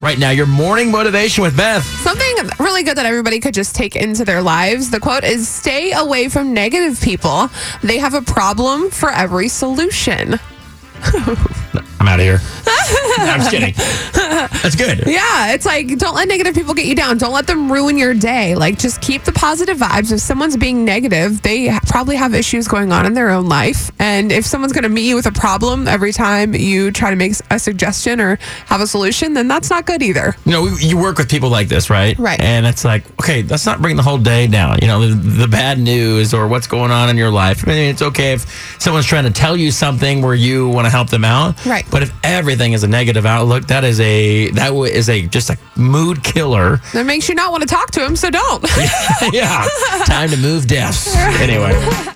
right now. Your morning motivation with Beth. Something really good that everybody could just take into their lives. The quote is stay away from negative people. They have a problem for every solution. I'm out of here. No, I'm just kidding. That's good. Yeah, it's like don't let negative people get you down. Don't let them ruin your day. Like just keep the positive vibes. If someone's being negative, they ha- probably have issues going on in their own life. And if someone's going to meet you with a problem every time you try to make s- a suggestion or have a solution, then that's not good either. you know, you work with people like this, right? Right. And it's like, okay, let's not bring the whole day down. You know, the, the bad news or what's going on in your life. I mean, it's okay if someone's trying to tell you something where you want to help them out. Right. But if everything is a negative outlook, that is a that w- is a just a mood killer. That makes you not want to talk to them, so don't. yeah. Time to move deaths. Anyway.